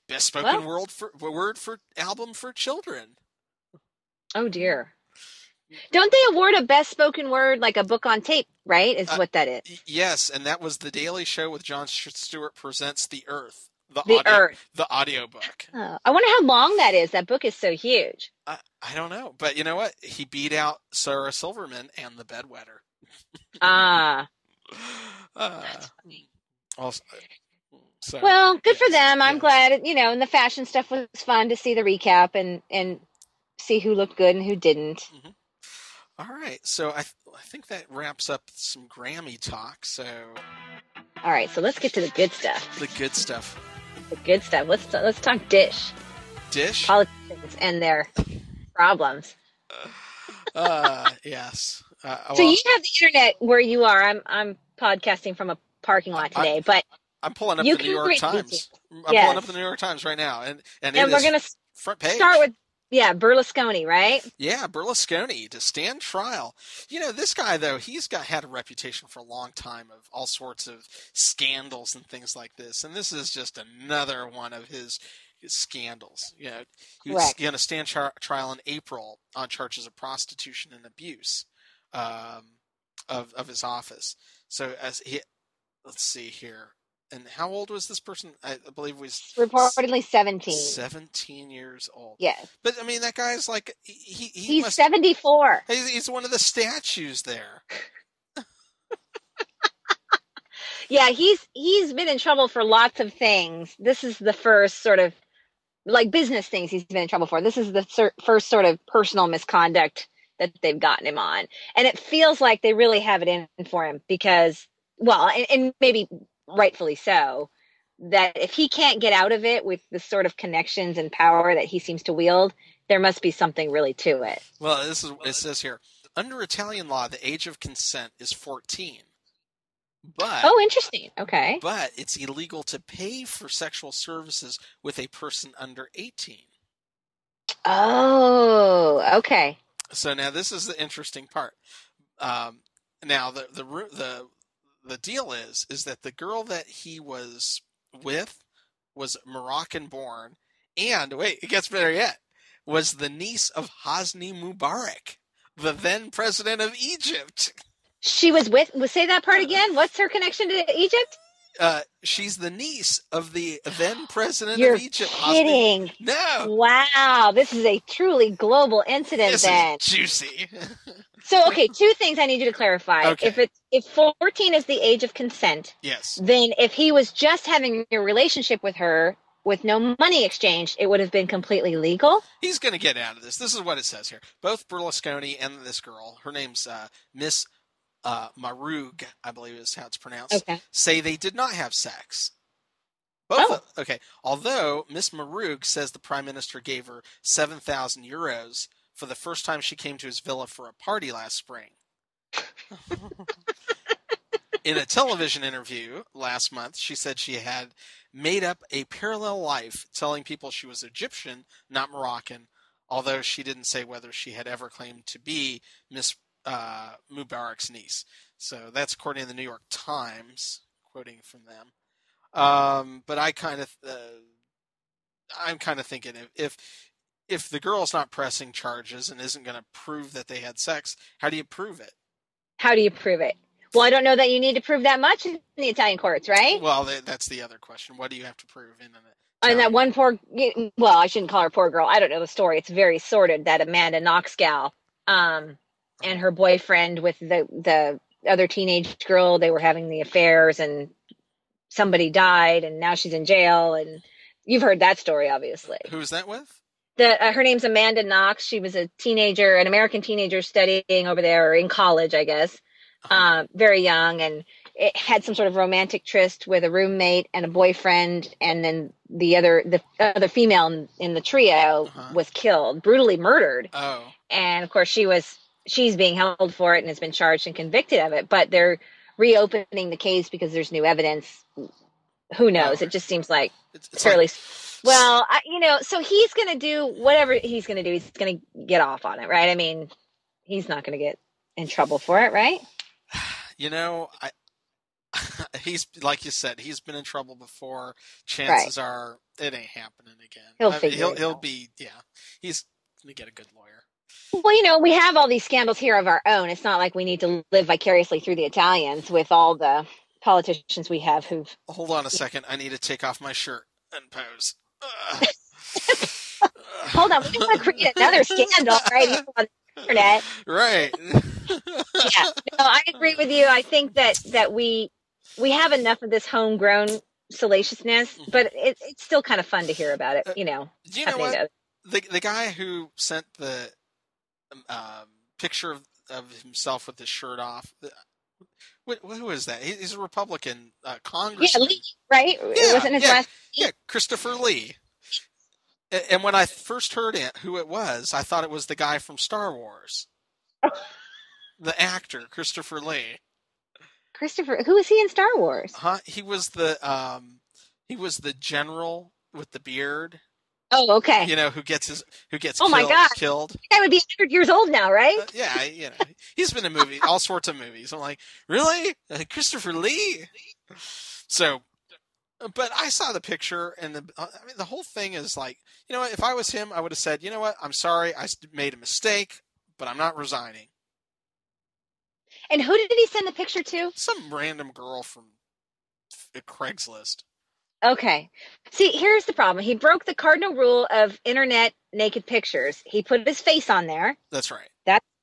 B: best spoken
C: Well-
B: world for word for album for children.
C: Oh dear. Don't they award a best spoken word like a book on tape? Right, is
B: Uh,
C: what that is.
B: Y- yes, and that was the Daily Show with John Sh- Stewart presents The Earth, the,
C: The
B: audio,
C: Earth.
B: the audiobook.
C: Oh, I wonder how long that is. That book is so huge.
B: I, I don't know, but you know what? He beat out Sarah Silverman and The Bedwetter.
C: Ah,
B: Uh,
C: that's funny.
B: also, so.
C: Well, good for them. I'm
B: Yes.
C: glad, you know, and the fashion stuff was fun to see the recap and and see who looked good and who didn't.
B: All right, so I, th- I think that wraps up some Grammy talk. So
C: All right, so let's get to the good stuff.
B: the good stuff,
C: The good stuff. Let's let's talk dish
B: Dish.
C: Um, politicians and their problems.
B: Uh, yes. Uh,
C: So
B: well,
C: you have the internet where you are. I'm I'm podcasting from a parking lot
B: I-
C: today, but
B: I'm pulling up
C: you
B: the
C: can
B: New York
C: read these
B: Times. I'm
C: Yes.
B: pulling up the New York Times right now, and and, it
C: and we're
B: is
C: gonna s-
B: front page.
C: start with yeah Berlusconi, right?
B: yeah, Berlusconi to stand trial. You know this guy though; he's got had a reputation for a long time of all sorts of scandals and things like this, and this is just another one of his. his Scandals. You know, he was
C: Correct.
B: going to stand tri- trial in April on charges of prostitution and abuse um, of of his office. So as he, let's see here, and how old was this person? I believe he was
C: Reportedly 17.
B: seventeen years old.
C: Yes,
B: But I mean, that guy's like he he, he
C: he's
B: must
C: 74.
B: he's, he's one of the statues there.
C: Yeah, he's he's been in trouble for lots of things. This is the first sort of like business things he's been in trouble for. This is the cer- first sort of personal misconduct that they've gotten him on, and it feels like they really have it in for him because, well, and, and maybe rightfully so, that if he can't get out of it with the sort of connections and power that he seems to wield, there must be something really to it.
B: Well, this is it says here under Italian law, the age of consent is fourteen, but
C: Oh, interesting. Okay.
B: but it's illegal to pay for sexual services with a person under eighteen.
C: Oh, okay.
B: So now this is the interesting part. Um, now the the ru- the the deal is is that the girl that he was with was Moroccan born, and wait, it gets better yet, was the niece of Hosni Mubarak, the then president of Egypt.
C: She was with. Say that
B: Uh-huh.
C: part again. What's her connection to Egypt?
B: Uh, she's the niece of the then president
C: You're
B: of Egypt. Hosni.
C: kidding.
B: No,
C: Wow, this is a truly global incident
B: this
C: then.
B: is juicy.
C: So okay, two things I need you to clarify.
B: Okay.
C: If it's if 14 is the age of consent,
B: yes,
C: then if he was just having a relationship with her with no money exchanged, it would have been completely legal.
B: he's going to get out of this. This is what it says here. Both Berlusconi and this girl, her name's uh, Miss uh, Marug, I believe is how it's pronounced,
C: Okay.
B: say they did not have sex. Both
C: Oh.
B: of- okay. Although Miss Marug says the prime minister gave her seven thousand euros for the first time she came to his villa for a party last spring. In a television interview last month, she said she had made up a parallel life, telling people she was Egyptian, not Moroccan. Although she didn't say whether she had ever claimed to be Miss uh, Mubarak's niece. So that's according to the New York Times, quoting from them. Um, but I kind of, uh, I'm kind of thinking if, if if the girl's not pressing charges and isn't going to prove that they had sex, how do you prove it?
C: How do you prove it? Well, I don't know that you need to prove that much in the Italian courts, right?
B: Well, th- that's the other question. What do you have to prove in it?
C: and that one poor, well, I shouldn't call her poor girl. I don't know the story. It's very sordid that Amanda Knox gal um, and her boyfriend with the, the other teenage girl, they were having the affairs and somebody died and now she's in jail. And you've heard that story, obviously.
B: Who is that with?
C: the uh, her name's Amanda Knox. She was a teenager, an American teenager studying over there or in college, I guess.
B: Um,
C: Uh, very young, and it had some sort of romantic tryst with a roommate and a boyfriend, and then the other the other female in, in the trio
B: Uh-huh.
C: was killed, brutally murdered,
B: Oh,
C: and of course she was she's being held for it and has been charged and convicted of it. But they're reopening the case because there's new evidence. Who knows? It just seems like
B: it's, it's
C: fairly
B: like-
C: well, I, you know, so he's going to do whatever he's going to do. He's going to get off on it, right? I mean, he's not going to get in trouble for it, right?
B: you know, I. He's like you said. He's been in trouble before. Chances are it ain't happening again.
C: He'll
B: I mean,
C: figure
B: he'll
C: it
B: he'll
C: out.
B: be yeah. He's gonna get a good lawyer.
C: Well, you know, we have all these scandals here of our own. It's not like we need to live vicariously through the Italians with all the politicians we have who've.
B: Hold on a second. I need to take off my shirt and pose. Ugh.
C: Hold on, we don't want to create another scandal right here on the internet.
B: right.
C: Yeah, no, I agree with you. I think that that we we have enough of this homegrown salaciousness, but it, it's still kind of fun to hear about it. You know,
B: Do Mm-hmm. Uh, you know
C: happening
B: what?
C: to
B: the the guy who sent the um, um, picture of, of himself with his shirt off. the- What, what- who is that? He, he's a Republican uh, congressman.
C: Lee. right?
B: Yeah,
C: it wasn't his
B: yeah.
C: last.
B: Yeah, Christopher Lee. A- And when I first heard it, who it was, I thought it was the guy from Star Wars, the actor Christopher Lee.
C: Christopher, who is he in Star Wars?
B: Huh? He was the um, he was the general with the beard,
C: Oh, okay.
B: you know, who gets his who gets
C: Oh my
B: killed,
C: God.
B: killed.
C: That guy would be 100 years old now, right?
B: Uh, yeah, I- you know, he's been in movie, all sorts of movies. I'm like, really, Uh, Christopher Lee? So, but I saw the picture, and the uh, I mean, the whole thing is like, you know, what? if I was him, I would have said, you know what, I'm sorry, I s- made a mistake, but I'm not resigning.
C: And who did he send the picture to?
B: Some random girl from F- Craigslist.
C: Okay. See, here's the problem. He broke the cardinal rule of internet naked pictures. He put his face on there.
B: That's right.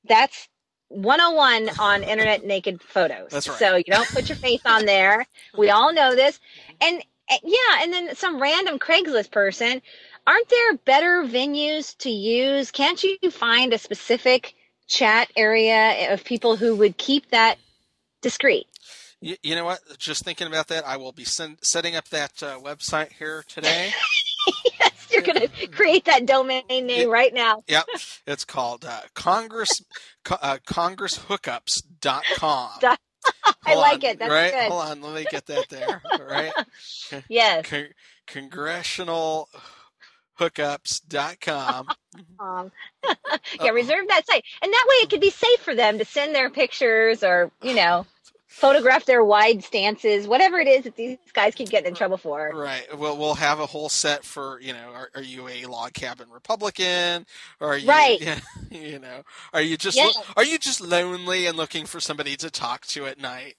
C: That's 101 on internet naked photos.
B: That's right.
C: So you don't put your face on there. We all know this. And uh, yeah, and then some random Craigslist person. Aren't there better venues to use? Can't you find a specific chat area of people who would keep that discreet?
B: You, you know what? Just thinking about that, I will be send, setting up that uh, website here today.
C: You're going
B: Mm-hmm.
C: to create that domain name right now.
B: Yep. It's called uh, Congress co- uh, congress.hookups.com.
C: Dot- I
B: Hold
C: like
B: on,
C: it. That's
B: right?
C: good.
B: Hold on, let me get that there. Right?
C: Yes.
B: Con- congressional hookups.com.
C: Um, yeah, reserve that site. And that way it could be safe for them to send their pictures or, you know, photograph their wide stances, whatever it is that these guys keep getting in trouble for.
B: Right. Well, we'll have a whole set for, you know, are, are you a log cabin Republican? Or are you,
C: Right.
B: you know, are you just,
C: Yes.
B: are you just lonely and looking for somebody to talk to at night?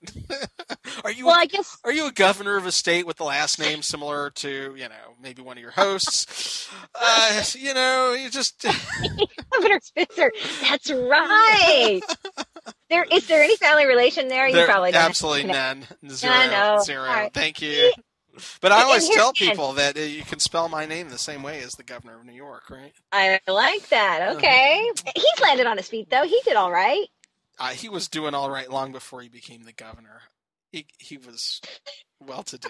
B: are you a
C: Well, I guess
B: Are you a governor of a state with the last name similar to, you know, maybe one of your hosts? Uh, you know, you just
C: Governor Spitzer. That's right. there is there any family relation there? You
B: there-
C: probably don't.
B: absolutely none, zero,
C: no.
B: zero.
C: All right.
B: Thank you. But I
C: And
B: always
C: here
B: tell
C: again-
B: people that uh, you can spell my name the same way as the governor of New York, right?
C: I like that. Okay, he's landed on his feet though. He did all right.
B: Uh, he was doing all right long before he became the governor. He he was well to do.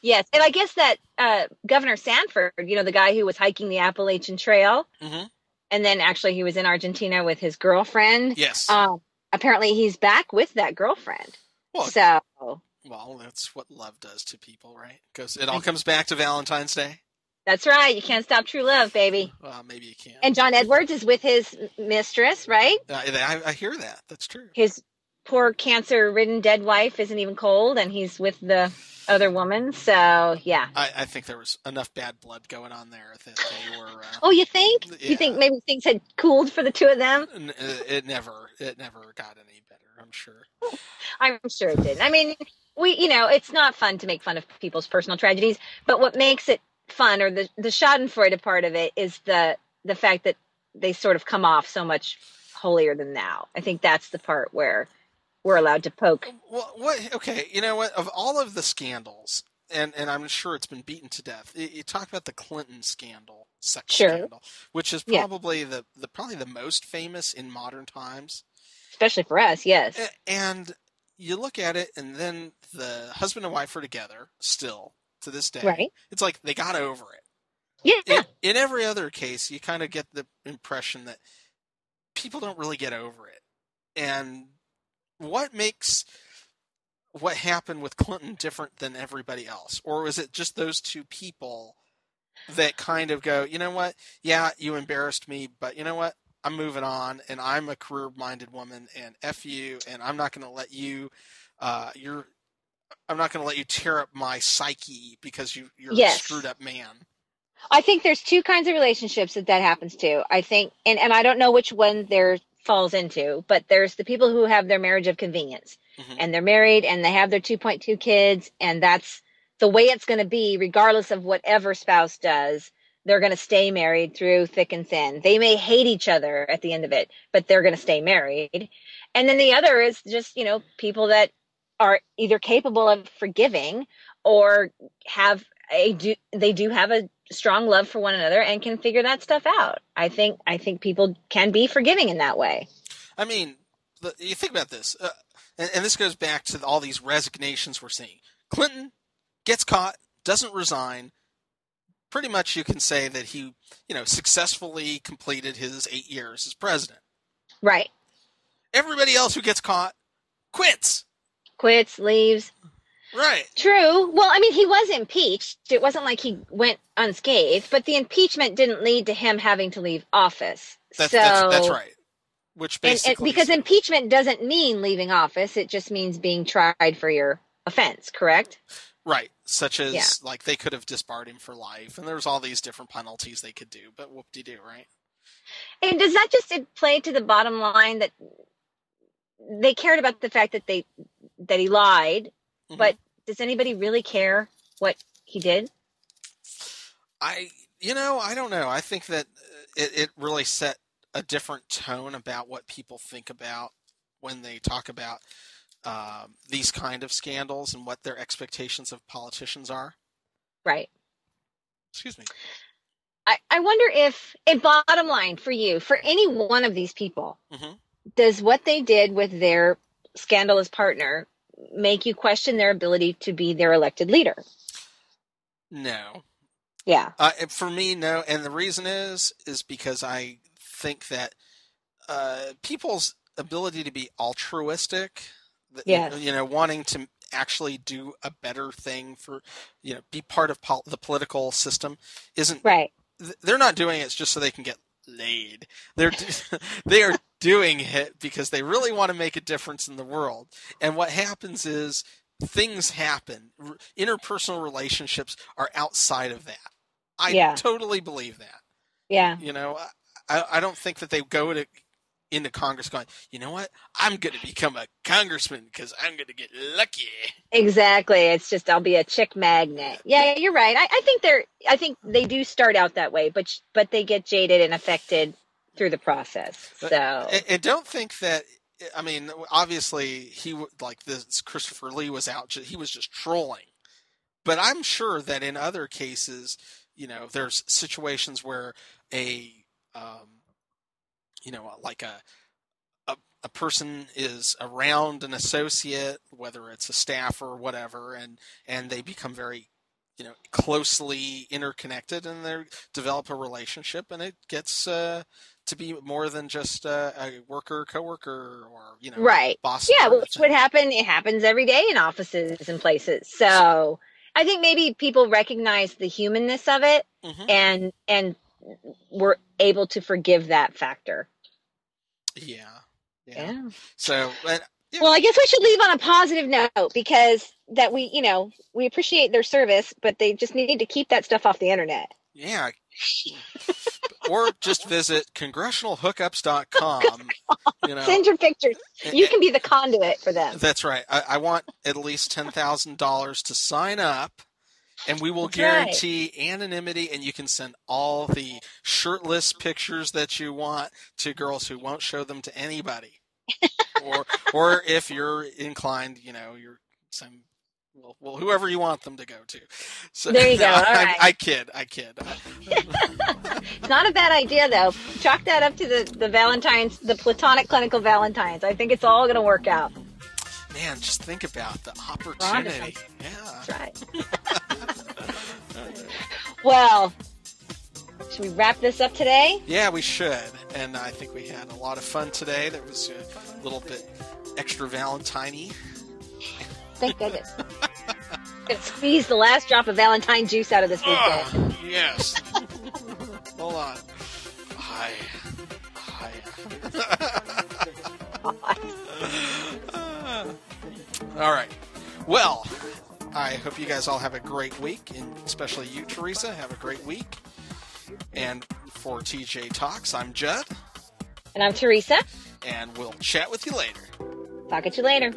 C: Yes, and I guess that uh, Governor Sanford, you know, the guy who was hiking the Appalachian Trail,
B: hmm
C: and then actually he was in Argentina with his girlfriend.
B: Yes.
C: Um, apparently, he's back with that girlfriend.
B: Well,
C: So
B: well, that's what love does to people, right? Because it all comes back to Valentine's Day.
C: that's right. You can't stop true love, baby.
B: Well, maybe you can.
C: And John Edwards is with his mistress, right?
B: Uh, I, I hear that. That's true.
C: His poor cancer-ridden dead wife isn't even cold, and he's with the other woman. So yeah.
B: I, I think there was enough bad blood going on there that they were. Uh,
C: Oh, you think?
B: Yeah.
C: You think maybe things had cooled for the two of them?
B: n- uh, it never, it never got any better. I'm sure.
C: I'm sure it didn't. I mean, we, you know, it's not fun to make fun of people's personal tragedies, but what makes it fun or the the Schadenfreude part of it is the the fact that they sort of come off so much holier than thou. I think that's the part where we're allowed to poke.
B: Well, what? Okay, you know what? Of all of the scandals, and and I'm sure it's been beaten to death. You, you talk about the Clinton scandal, sex
C: Sure.
B: scandal, which is
C: Yeah.
B: probably the the probably the most famous in modern times.
C: Especially for us, yes.
B: A- And you look at it, and then the husband and wife are together still to this day.
C: Right.
B: It's like they got over it.
C: Yeah.
B: in, in every other case, you kind of get the impression that people don't really get over it. And what makes what happened with Clinton different than everybody else? Or was it just those two people that kind of go, you know what? Yeah, you embarrassed me, but you know what? I'm moving on and I'm a career minded woman and F you and I'm not going to let you, uh, you're, I'm not going to let you tear up my psyche because you, you're a
C: Yes.
B: screwed up man.
C: I think there's two kinds of relationships that that happens to. I think, and, and I don't know which one there falls into, but there's the people who have their marriage of convenience
B: Mhm.
C: and they're married and they have their 2.2 kids, and that's the way it's going to be, regardless of whatever spouse does. They're going to stay married through thick and thin. They may hate each other at the end of it, but they're going to stay married. And then the other is just, you know, people that are either capable of forgiving or have a do they do have a strong love for one another and can figure that stuff out. I think I think people can be forgiving in that way.
B: I mean, the, you think about this, uh, and, and this goes back to all these resignations we're seeing. Clinton gets caught, doesn't resign. Pretty much, you can say that he, you know, successfully completed his eight years as president.
C: Right.
B: Everybody else who gets caught quits.
C: Quits, leaves.
B: Right.
C: True. Well, I mean, he was impeached. It wasn't like he went unscathed, but the impeachment didn't lead to him having to leave office.
B: That's
C: so
B: that's, that's right. Which
C: And, and
B: basically,
C: because impeachment doesn't mean leaving office, it just means being tried for your offense, correct?
B: right, such as
C: Yeah.
B: like they could have disbarred him for life, and there was all these different penalties they could do. But whoop de doo, right?
C: And does that just play to the bottom line that they cared about the fact that they that he lied,
B: Mhm.
C: but does anybody really care what he did?
B: I, you know, I don't know. I think that uh, it, it really set a different tone about what people think about when they talk about um, these kind of scandals and what their expectations of politicians are.
C: Right.
B: Excuse me.
C: I, I wonder if, and bottom line for you, for any one of these people,
B: Mhm.
C: does what they did with their scandalous partner make you question their ability to be their elected leader?
B: No.
C: Yeah.
B: Uh, and for me, no. And the reason is, is because I think that uh, people's ability to be altruistic, that, you-
C: Yes.
B: you know, wanting to actually do a better thing for, you know, be part of pol- the political system isn't
C: Right.
B: th- they're not doing it just so they can get laid. They're do- they are doing it because they really want to make a difference in the world. And what happens is things happen. R- interpersonal relationships are outside of that. I
C: Yeah.
B: totally believe that.
C: Yeah.
B: You know, I, I don't think that they go to into Congress going, you know what? I'm going to become a congressman because I'm going to get lucky.
C: Exactly. It's just I'll be a chick magnet. Yeah, you're right. I, I think they're I think they do start out that way, but sh- but they get jaded and affected through the process. So
B: But- And, and don't think that. I mean, obviously, he w- like this Christopher Lee was out. ju- He was just trolling. But I'm sure that in other cases, you know, there's situations where a, um, you know, like a a person is around an associate, whether it's a staff or whatever, and and they become very, you know, closely interconnected, and they develop a relationship, and it gets uh, to be more than just uh, a worker, coworker, or you know,
C: Right.
B: boss.
C: Yeah,
B: person.
C: which would happen. It happens every day in offices and places. So I think maybe people recognize the humanness of it
B: Mhm.
C: and and were able to forgive that factor.
B: yeah, yeah.
C: Yeah.
B: So, but, yeah.
C: Well, I guess we should leave on a positive note because that we, you know, we appreciate their service, but they just need to keep that stuff off the internet.
B: yeah. or just visit congressionalhookups.com. You know,
C: Send your pictures.
B: eh,
C: You can be the conduit for them.
B: That's right. I, I want at least ten thousand dollars to sign up, and we will
C: That's right.
B: guarantee anonymity. And you can send all the shirtless pictures that you want to girls who won't show them to anybody, or or if you're inclined, you know, you're some. Well, well, whoever you want them to go to. So,
C: There you go. All
B: I,
C: right.
B: I kid. I kid.
C: It's not a bad idea though. Chalk that up to the, the Valentine's the platonic clinical Valentine's. I think it's all gonna work out.
B: Man, just think about the opportunity. Yeah.
C: That's right. well, should we wrap this up today?
B: Yeah, we should. And I think we had a lot of fun today. That was a little bit extra Valentine
C: Thank goodness. Gonna squeeze the last drop of Valentine juice out of this
B: Ah.
C: weekend.
B: yes. Hold on. Hi. Hi. all right. Well, I hope you guys all have a great week, and especially you, Teresa. Have a great week. And for TJ Talks, I'm Judd,
C: And I'm Teresa.
B: and we'll chat with you later.
C: Talk at you later.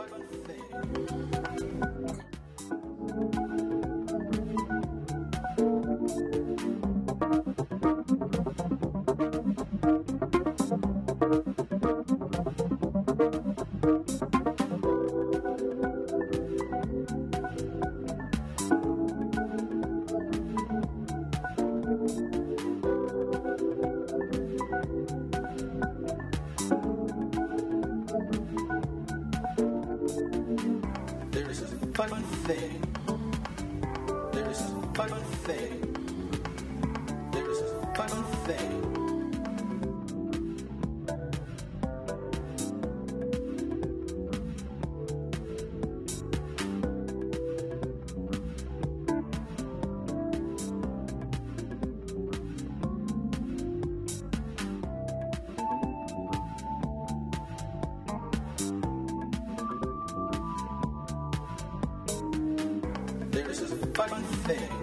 A: There's a fun thing. There's a fun thing. There's a fun thing. There's a fun thing.